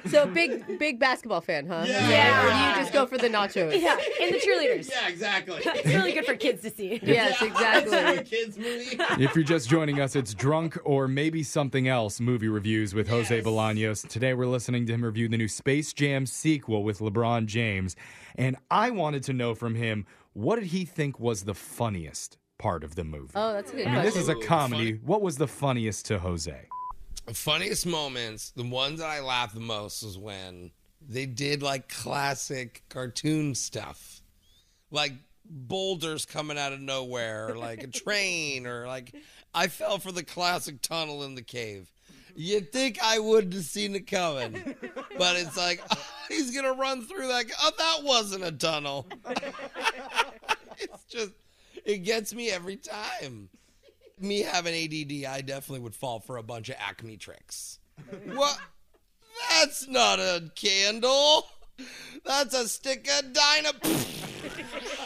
So big, big basketball fan, huh?
Yeah.
Yeah.
You just go for the nachos.
Yeah, and the cheerleaders.
Yeah, exactly.
it's really good for kids to see.
Yes, exactly.
It's a kids movie.
If you're just joining us, it's Drunk or Maybe Something Else movie reviews with Jose Bolaños. Today we're listening to him review the new Space Jam sequel with LeBron James. And I wanted to know from him what did he think was the funniest part of the movie?
Oh, that's a good
I mean, this is a
Ooh,
comedy. What was the funniest to Jose?
The funniest moments, the ones that I laughed the most was when they did like classic cartoon stuff. Like boulders coming out of nowhere, or like a train, or like I fell for the classic tunnel in the cave. You'd think I wouldn't have seen it coming. But it's like oh, he's gonna run through that oh that wasn't a tunnel. it's just it gets me every time. Me having ADD, I definitely would fall for a bunch of acme tricks. What? That's not a candle. That's a stick of dynamite.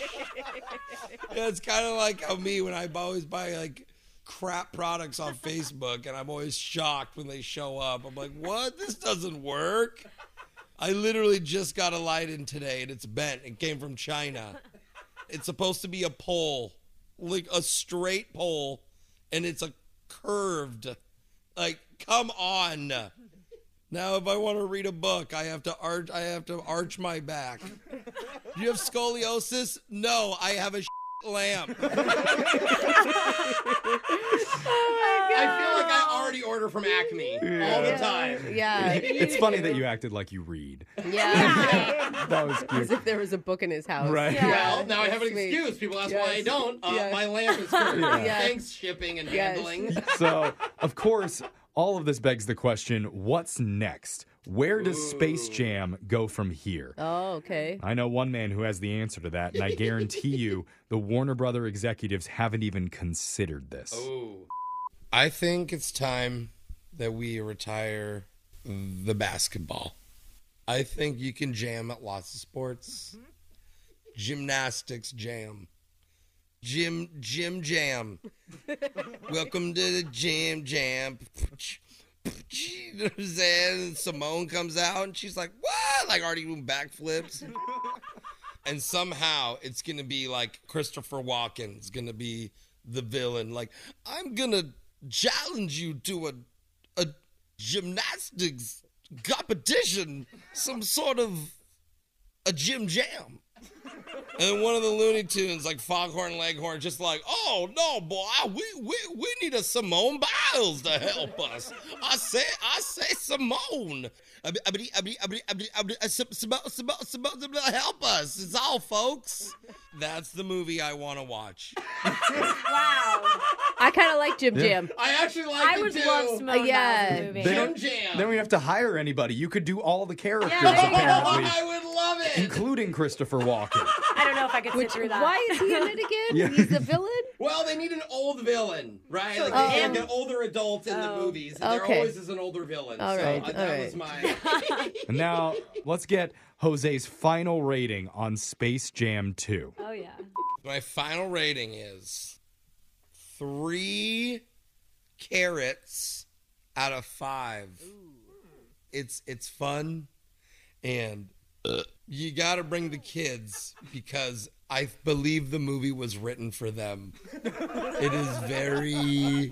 yeah, it's kind of like how me when I always buy like crap products on Facebook, and I'm always shocked when they show up. I'm like, what? This doesn't work. I literally just got a light in today, and it's bent. It came from China. It's supposed to be a pole, like a straight pole, and it's a curved. Like, come on. Now, if I want to read a book, I have to arch. I have to arch my back. Do you have scoliosis? No, I have a lamp.
I feel like I already order from Acme all the
Yeah.
time.
Yeah.
it's funny that you acted like you read.
Yeah.
That was
As
cute.
if there was a book in his house.
Right.
Yeah.
Well, now I have an
Sweet.
excuse. People ask why I
Yes.
don't. Uh,
Yes.
My lamp is curved.
Yeah.
Yes.
Thanks, shipping and
Yes.
handling.
So, of course, all of this begs the question what's next? Where does Space Jam go from here?
Oh, okay.
I know one man who has the answer to that, and I guarantee you the Warner Brother executives haven't even considered this.
Oh.
I think it's time that we retire the basketball. I think you can jam at lots of sports. Gymnastics jam. Gym gym jam. Welcome to the gym jam. You know what I'm saying? And Simone comes out and she's like, What? Like already doing backflips. and somehow it's gonna be like Christopher Walken's gonna be the villain. Like I'm gonna challenge you to a a gymnastics competition, some sort of a gym jam. And one of the Looney Tunes, like Foghorn Leghorn, just like, oh no, boy, we we we need a Simone Biles to help us. I say, I say, Simone, Abdi- abdi- abdi- abdi- abdi- abdi- uh, Sim- Simo- Simo- Simo- Simo- help us. It's all, folks. That's the movie I want to watch.
I kind of like Jim
Yeah.
Jam.
I actually like
I
it
would
too.
love Simone Biles
Yeah.
in a movie.
They don't-
Jam.
Then we have to hire anybody. You could do all the characters,
there you go.
apparently,
I would love it.
including Christopher Walken.
I don't know if I could sit through that.
Why is he in it again?
Yeah.
He's the villain?
Well, they need an old villain, right? Like
Oh.
they have an older adult in the movies, and there
okay.
always is an older villain.
All
so
right,
uh,
all
that
right.
was my.
And now let's get Jose's final rating on Space Jam 2.
Oh yeah.
My final rating is three carrots out of five. It's it's fun, and you got to bring the kids because I believe the movie was written for them. it is very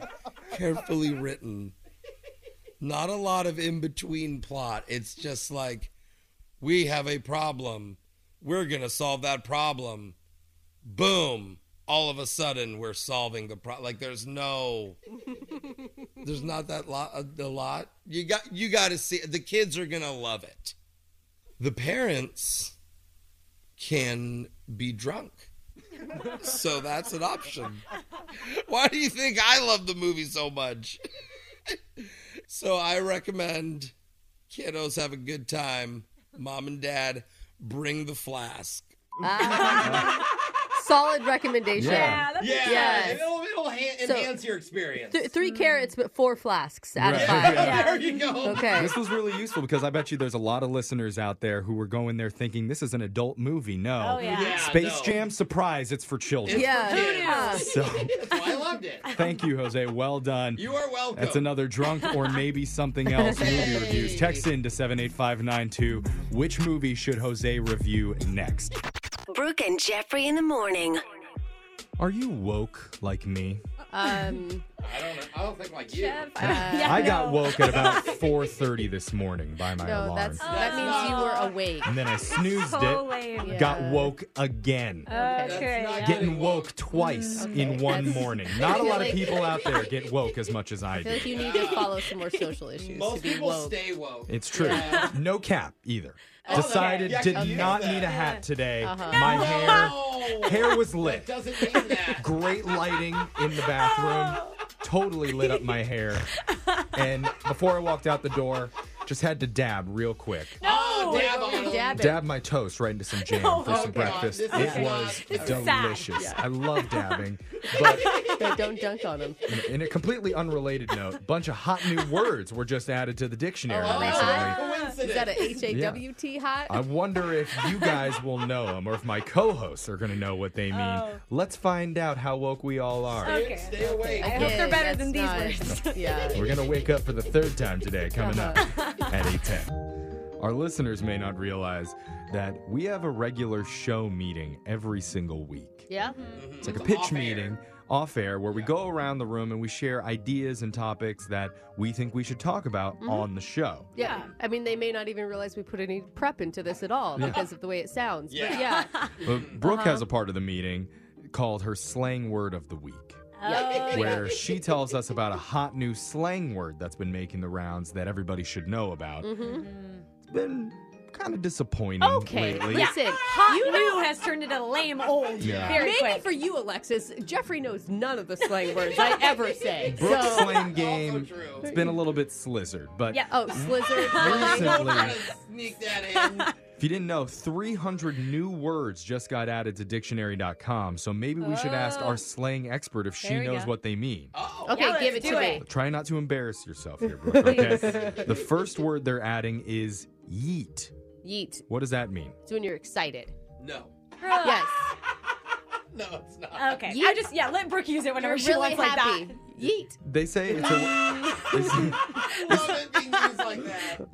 carefully written. Not a lot of in between plot. It's just like we have a problem. We're gonna solve that problem boom all of a sudden we're solving the problem like there's no there's not that lot a lot you got you got to see the kids are gonna love it the parents can be drunk so that's an option why do you think i love the movie so much so i recommend kiddos have a good time mom and dad bring the flask
Ah. Solid recommendation.
Yeah.
that's
Yeah,
Yes.
it'll, it'll, ha-
So-
enhance your experience.
Th- three carrots, but four flasks out of
Right.
five.
Yeah.
There you go.
Okay.
This was really useful because I bet you there's a lot of listeners out there who were going there thinking this is an adult movie. No.
Oh, yeah. Yeah,
Space
no.
Jam, surprise, it's for children.
yeah.
So
That's why I loved it.
thank you, Jose. Well done.
You are welcome.
That's another drunk or maybe something else movie reviews. Text in to 78592. Which movie should Jose review next?
Brooke and Jeffrey in the morning.
Are you woke like me?
Um,
I don't. I don't think like you.
Uh,
I got woke at about 4:30 this morning by my
No,
alarm.
that's, that means you were awake.
and then I snoozed
So
it.
lame.
Got
Yeah. Oh.
woke again.
Okay.
Getting woke twice in one morning. Not a
I feel
lot of
Mm. like-
people out there get woke as much as I
I feel
do.
like you need to follow some more social issues.
Most
to be
people
woke.
stay woke.
It's true. No cap either.
Oh, that's-
Decided
yeah,
did
you
not
said that.
need a hat today.
Uh-huh.
My
No!
hair hair was lit.
Doesn't mean that.
Great lighting in the bathroom. Totally lit up my hair. And before I walked out the door, just had to dab real quick.
Oh, dab on him.
Dab
Dab my toast right into some jam
No.
for some
Okay.
breakfast.
Oh This is
It
not-
was
this is sad.
delicious.
Yeah.
I love dabbing.
But don't dunk on them.
In a completely unrelated note, a bunch of hot new words were just added to the dictionary
Oh,
recently.
Is that a H A W T hot?
I wonder if you guys will know them or if my co hosts are going to know what they mean.
Oh.
Let's find out how woke we all are.
Okay. Stay awake.
I hope they're better than these words. Yeah.
We're going to wake up for the third time today, coming up at 8:10. Our listeners may not realize that we have a regular show meeting every single week.
Yeah.
Mm-hmm.
It's like a pitch meeting off air where we go around the room and we share ideas and topics that we think we should talk about
Mhm.
on the show.
Yeah. I mean, they may not even realize we put any prep into this at all
Yeah.
because of the way it sounds. But yeah.
But Brooke
Uh-huh.
has a part of the meeting called her slang word of the week.
Oh. Yeah.
Where she tells us about a hot new slang word that's been making the rounds that everybody should know about. It's been kind of disappointing
Mm-hmm. Okay,
lately.
listen.
Hot
You
new has turned into lame old.
Yeah.
Very
Maybe
quick.
for you, Alexis, Jeffrey knows none of the slang words I ever say.
Brooke's
so.
slang game, it's been a little bit slizzard, but
Yeah. Oh, slizzard.
Recently-
slang.
Sneak that in.
If you didn't know, 300 new words just got added to dictionary.com. So maybe we should ask
Oh.
our slang expert if she
There we
knows
go.
what they mean.
Oh,
Okay,
Yeah,
give it
let's
to
do
me.
Try not to embarrass yourself here, Brooke. Okay? the first word they're adding is yeet.
Yeet.
What does that mean?
It's when you're excited.
No.
Ah,
Yes.
No, it's not.
Okay. I just yeah, let Brooke use it whenever
You're
she
really
wants like
happy.
that.
Yeet.
They say it's a. it's-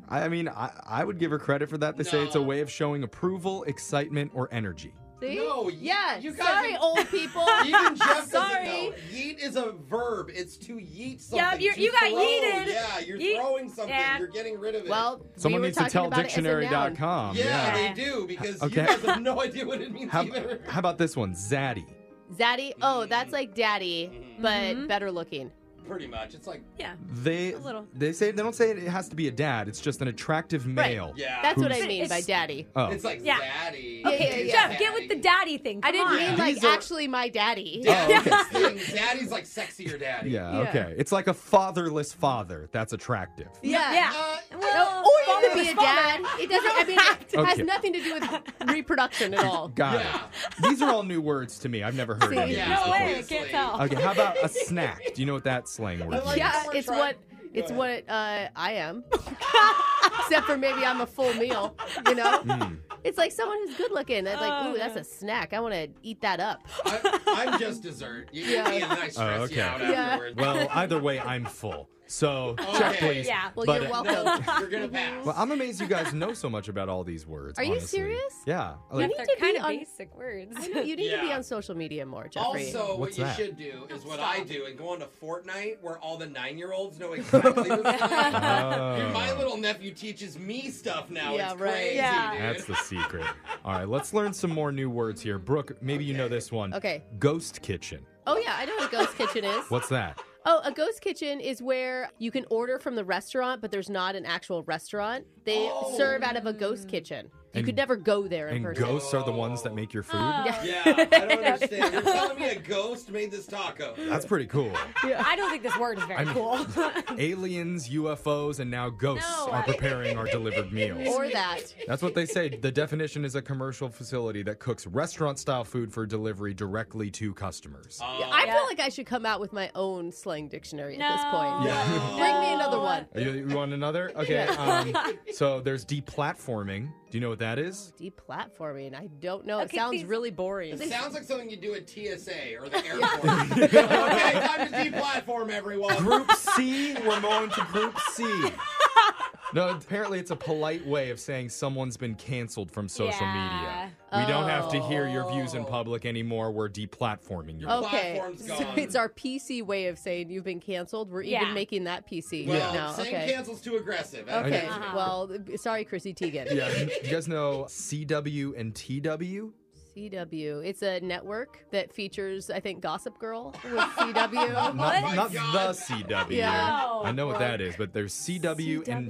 I mean, I, I would give her credit for that. They say it's a way of showing approval, excitement, or energy.
See?
No,
yeah.
you guys
Sorry,
are-
old people.
Even Jeff
Sorry.
doesn't know. Yeet is a verb. It's to yeet something.
Yeah, you're-
to
you got
throw.
yeeted.
Yeah, you're
Yeet.
throwing something.
Yeah.
You're getting rid of it.
Well,
Someone
we were
needs to
talking
tell
about it as a noun.
dictionary.com.
yeah,
Um,
they
Yeah.
do because
Okay.
you guys have no idea what it means
How,
either.
how about this one? Zaddy.
Zaddy. Oh,
Mm-hmm.
that's like daddy, but
Mm-hmm.
better looking.
Pretty much. It's like
yeah.
They they say they don't say it has to be a dad. It's just an attractive male.
That's what
who's-
I mean by daddy.
Oh. It's
like
yeah.
daddy.
Okay,
Yeah, yeah,
Jeff, get with the daddy thing.
I didn't
Come on.
mean like actually my daddy.
Daddy's- Daddy's like sexier daddy.
Yeah,
Yeah.
okay. It's like a fatherless father. That's attractive.
Yeah.
Yeah.
No, or you could be a dad. It doesn't. I mean, it has
Okay.
nothing to do with reproduction at all.
Got it. These are all new words to me. I've never heard
See,
any
yeah,
of these
no way,
before.
can't tell.
Okay, how about a snack? Do you know what that slang word means?
yeah, it's what it's what uh, I am. Except for maybe I'm a full meal. You know,
Mm.
it's like someone who's good looking. It's like,
Oh,
ooh, that's
no.
a snack. I want to eat that up.
I'm just dessert. You
Yeah.
yeah. me and then I stress
Oh,
you
okay.
out afterwards.
Well, either way, I'm full. So
Oh.
check,
Okay.
please.
Yeah. Well,
But-
you're welcome.
you're gonna pass.
Well, I'm amazed you guys know so much about all these words.
Are you
honestly.
serious?
Yeah.
you
Like,
need to
kind
be
of
on.
basic words.
I know you need to be
Yeah.
on social media more, Jeffrey.
Also, what
What's
you
that?
should do is what I do and go on to Fortnite where all the nine year olds know exactly what's going
Oh.
on. Dude, My little nephew teaches me stuff now.
Yeah,
it's
right.
crazy.
Yeah.
Dude.
that's the secret. All right, let's learn some more new words here. Brooke, maybe you know this one.
Okay.
Ghost kitchen.
oh yeah, I know what a ghost kitchen is.
What's that?
Oh, a ghost kitchen is where you can order from the restaurant, but there's not an actual restaurant. They serve out of a ghost kitchen. You could never go there in
And
person.
ghosts are the ones that make your food.
Ah.
Yeah, I don't understand. You're telling me a ghost made this taco.
That's pretty cool.
I don't think this word is very
I mean-
cool.
Aliens, UFOs, and now ghosts are preparing our delivered meals.
or that.
That's what they say. The definition is a commercial facility that cooks restaurant style food for delivery directly to customers.
I feel like I should come out with my own slang dictionary at this point.
Yeah.
Bring me another one.
You, you want another? Okay. Um,
Yeah.
so there's deplatforming. Do you know what that is?
Deplatforming. I don't know.
Okay,
it sounds
please-
really boring.
It sounds like something you do at TSA or the airport. okay, time to deplatform everyone.
Group C. We're going to Group C. No, apparently it's a polite way of saying someone's been canceled from social
Yeah.
media. We don't have to hear your views in public anymore. We're deplatforming you.
okay. So it's our PC way of saying you've been canceled. We're
Yeah.
even making that PC
Well,
now.
Saying
okay.
cancel's too aggressive. I don't
Okay. uh-huh.
know.
Well, sorry, Chrissy Teigen.
Yeah. Do you guys know CW and TW?
CW. It's a network that features, I think, Gossip Girl with CW.
Not, not the CW.
Yeah.
I know what that is, but there's CW, and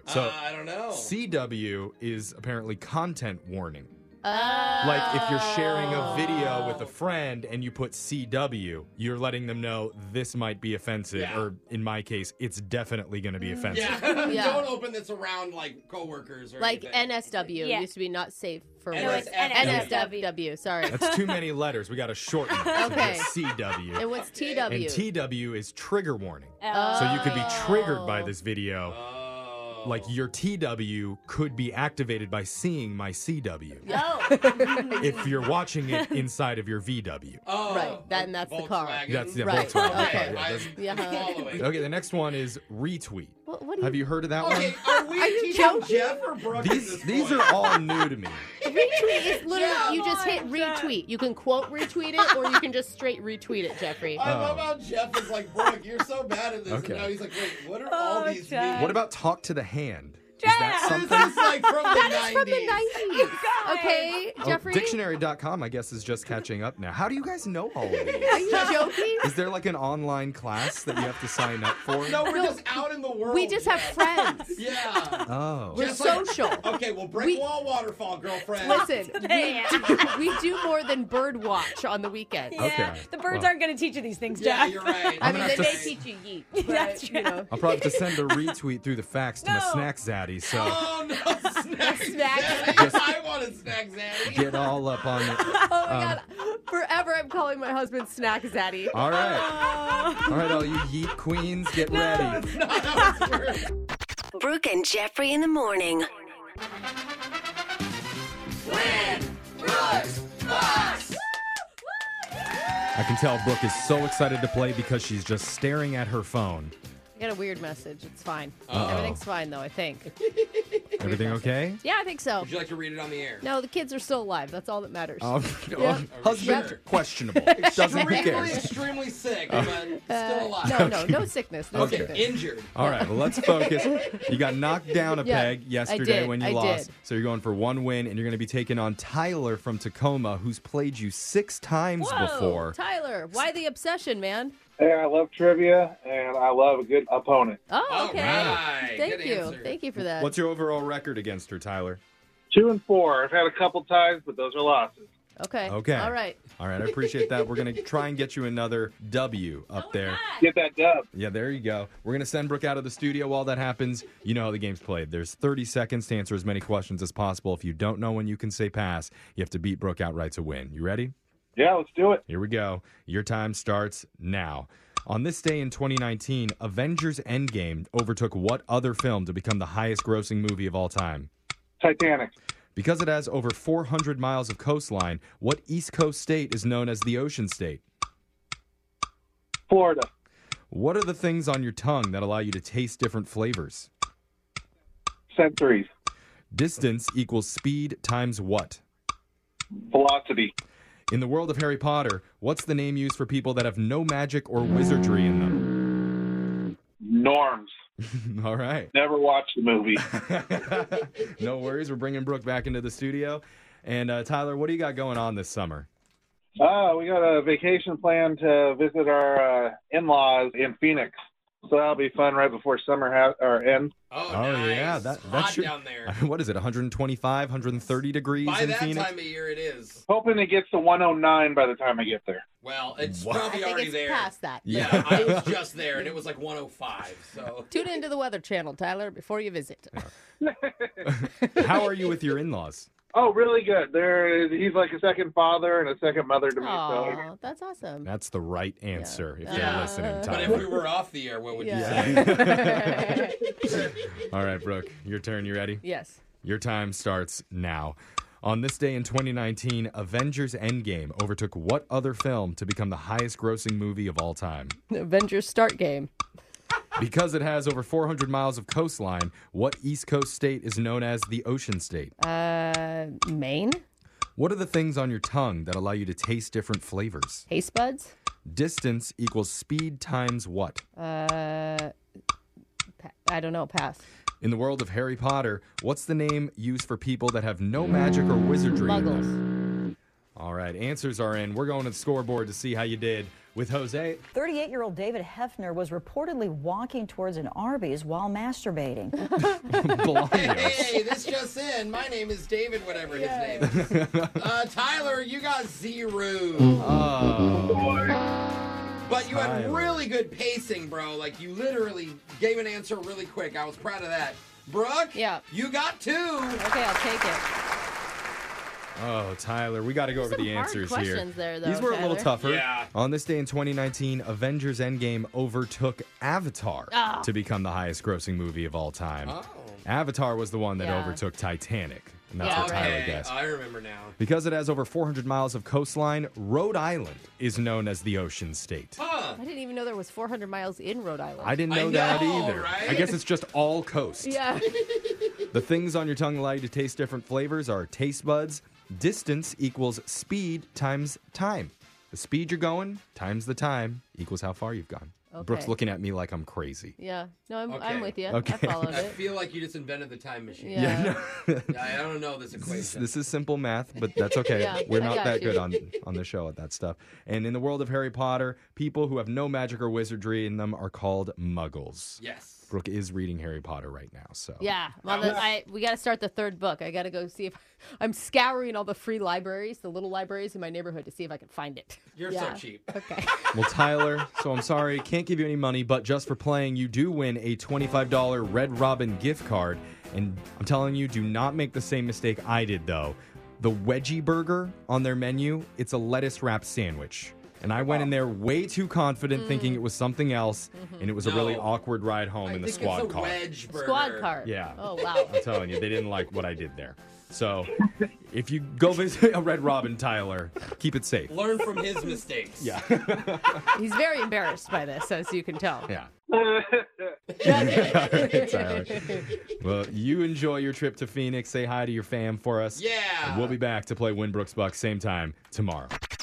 TW. So
Uh, I don't know.
CW is apparently content warning.
Uh,
Like if you're sharing a
Oh.
video with a friend and you put CW, you're letting them know this might be offensive, or in my case, it's definitely going to
Mm.
be offensive.
Yeah.
Yeah.
Don't open this around like coworkers or
like
anything.
NSW
Yeah.
used to be not safe for
No,
work.
it's NSW.
NSW. Sorry.
That's too many letters. We got to shorten it. to
Okay.
just CW.
And what's TW?
And TW is trigger warning. So you could be
Oh.
triggered
Oh.
by this video.
Oh.
Like your TW could be activated by seeing my CW. if you're watching it inside of your VW.
Oh,
right. Then that's the car.
That's the
right.
Volkswagen car,
Okay.
yeah, that's-
Yeah.
Okay, the next one is retweet.
What, what do you?
Have you heard of that
Okay,
one?
are we
Are you
teaching
joking?
Jeff or Brooke?
These these are all new to me.
Retweet is literally you just hit retweet. You can quote retweet it, or you can just straight retweet it, Jeffrey.
I love how Jeff is like, Brooke, you're so bad at this.
oh. Okay.
And now he's like, wait, what are all
Oh,
these memes?
What about talk to the hand?
Jeff? This is like from the
That is from the
90s.
nineties. Okay,
Oh,
Jeffrey.
dictionary.com, I guess, is just catching up now. How do you guys know all of these?
Are you joking?
Is there like an online class that you have to sign up for?
No, we're just out in the world.
We just have
Jeff.
friends.
yeah.
Oh.
We're
Just like-
social.
okay, well, brick
We-
wall waterfall, girlfriend.
Listen, we do, we do more than bird watch on the weekend.
Yeah, Okay.
the birds
Well.
aren't going to teach you these things,
Yeah,
Jeff.
you're right.
I
I'm
mean,
gonna
they may
have to-
teach you yeet. But, you know,
I'll probably have to send a retweet through the fax to my snack zaddy, so
Oh, no, snack
Snack.
Zaddy. I want a snack Zaddy.
get all up on it.
oh my
Um,
god! Forever, I'm calling my husband Snack Zaddy.
All right. All right, all you yeet queens, get ready.
Brooke and Jeffrey in the morning.
I can tell Brooke is so excited to play because she's just staring at her phone.
I got a weird message. It's fine.
Uh-oh.
Everything's fine though. I think.
Everything okay?
Yeah, I think so.
Would you like to read it on the air?
No, the kids are still alive. That's all that matters.
Um,
Yeah.
Husband,
Yep.
questionable. Doesn't
Extremely,
who cares?
extremely sick,
Uh,
but
Uh,
still alive.
no, no, no sickness. No
Okay.
sickness.
Injured.
All right, well, let's focus. You got knocked down a
Yeah,
peg
I
yesterday
did,
when you
I
lost.
did.
So you're going for one win, and you're going to be taking on Tyler from Tacoma, who's played you six times
Whoa,
before.
Tyler, why the obsession, man?
Hey, I love trivia, and I love a good opponent.
Oh, okay.
right.
Thank
Good
you.
answer.
Thank you for that.
What's your overall record against her, Tyler?
Two and four. I've had a couple ties, but those are losses.
okay.
Okay.
All right.
All right, I appreciate that. We're going to try and get you another W
Oh,
up there.
Get that dub.
Yeah, there you go. We're going to send Brooke out of the studio while that happens. You know how the game's played. There's 30 seconds to answer as many questions as possible. If you don't know when you can say pass, you have to beat Brooke outright to win. You ready?
Yeah, let's do it.
Here we go. Your time starts now. On this day in 2019, Avengers Endgame overtook what other film to become the highest grossing movie of all time?
Titanic.
Because it has over 400 miles of coastline, what East Coast state is known as the Ocean State?
Florida.
What are the things on your tongue that allow you to taste different flavors?
Sensories.
Distance equals speed times what?
Velocity.
In the world of Harry Potter, what's the name used for people that have no magic or wizardry in them?
Norms.
All right.
Never watched the movie.
No worries. We're bringing Brooke back into the studio. And uh, Tyler, what do you got going on this summer?
Ah, we got a vacation plan to visit our uh, in-laws in Phoenix. So that'll be fun right before summer ha- or end.
Oh, yeah, that that should.
down there.
What is it? 125, 130 degrees in Phoenix.
of year, it is. Hoping it gets to 109 by the time I get there.
Well, it's
Wow.
probably
I think
already
it's
there.
past that.
Yeah,
Yeah.
I was just there, and it was like 105. So
Tune into the Weather Channel, Tyler, before you visit.
How are you with your in-laws?
Oh, really good. There, he's like a second father and a second mother to me.
Aw, that's awesome.
That's the right answer if they're
Yeah.
listening.
But
Tyler.
if
if we were off the air, what would
Yeah.
you say?
All right, Brooke, your turn. You ready?
Yes.
Your time starts now. On this day in 2019, Avengers Endgame overtook what other film to become the highest grossing movie of all time?
Avengers start game.
Because it has over 400 miles of coastline, what East Coast state is known as the Ocean State?
Uh, Maine?
What are the things on your tongue that allow you to taste different flavors?
Taste buds?
Distance equals speed times what?
Uh, pa- I don't know. Pass.
In the world of Harry Potter, what's the name used for people that have no magic or wizardry? in them? All right, answers are in. We're going to the scoreboard to see how you did with Jose.
38 year old David Hefner was reportedly walking towards an Arby's while masturbating.
Hey, this just in. My name is David, whatever his name is. Uh, Tyler, you got zero.
Oh.
But you had
Tyler.
really good pacing, bro. Like, you literally gave an answer really quick. I was proud of that. Brooke? Yeah. You got two. Okay,
I'll take it.
Oh, Tyler, we got to go over
Some
the
hard
answers here.
questions there, though,
These were a little
Tyler.
tougher.
Yeah.
On this day in 2019, Avengers Endgame overtook Avatar
Ah.
to become the highest grossing movie of all time.
Oh.
Avatar was the one that
Yeah.
overtook Titanic, and that's what Tyler
okay.
guessed.
I remember now.
Because it has over 400 miles of coastline, Rhode Island is known as the Ocean State.
I didn't even know there was 400 miles in Rhode Island.
I didn't know, that either. I guess it's just all coast.
Yeah.
The things on your tongue allow you to taste different flavors are taste buds. Distance equals speed times time. The speed you're going times the time equals how far you've gone. Brooke's
Okay.
looking at me like I'm crazy.
Yeah. No, I'm,
Okay.
I'm with you.
Okay.
I followed
I
it.
feel like you just invented the time machine.
Yeah.
I I don't know this
This,
equation.
this is simple math, but that's okay.
Yeah,
We're
I
not
got
that
you.
good on on the show at that stuff. And in the world of Harry Potter, people who have no magic or wizardry in them are called muggles.
Yes.
Brooke is reading Harry Potter right now, so
Yeah, well,
That
the- I, we got to start the third book. I got to go see if I'm scouring all the free libraries, the little libraries in my neighborhood, to see if I can find it.
You're
Yeah.
so cheap.
Well, Tyler, so I'm sorry, can't give you any money, but just for playing, you do win a $25 Red Robin gift card. And I'm telling you, do not make the same mistake I did, though. The Wedgie Burger on their menu, it's a lettuce wrap sandwich. And I went in there way too confident, thinking it was something else, and it was a really awkward ride home in the
Mm. think
squad
it's a
car.
wedge burger.
Squad card.
Yeah.
Oh wow.
I'm telling you, they didn't like what I did there. So if you go visit a Red Robin, Tyler, keep it safe.
Learn from his mistakes.
Yeah.
He's very embarrassed by this, as you can tell.
Yeah. Tyler.
Tyler.
Well, you enjoy your trip to Phoenix. Say hi to your fam for us.
Yeah.
And we'll be back to play Winbrook's Bucks same time tomorrow.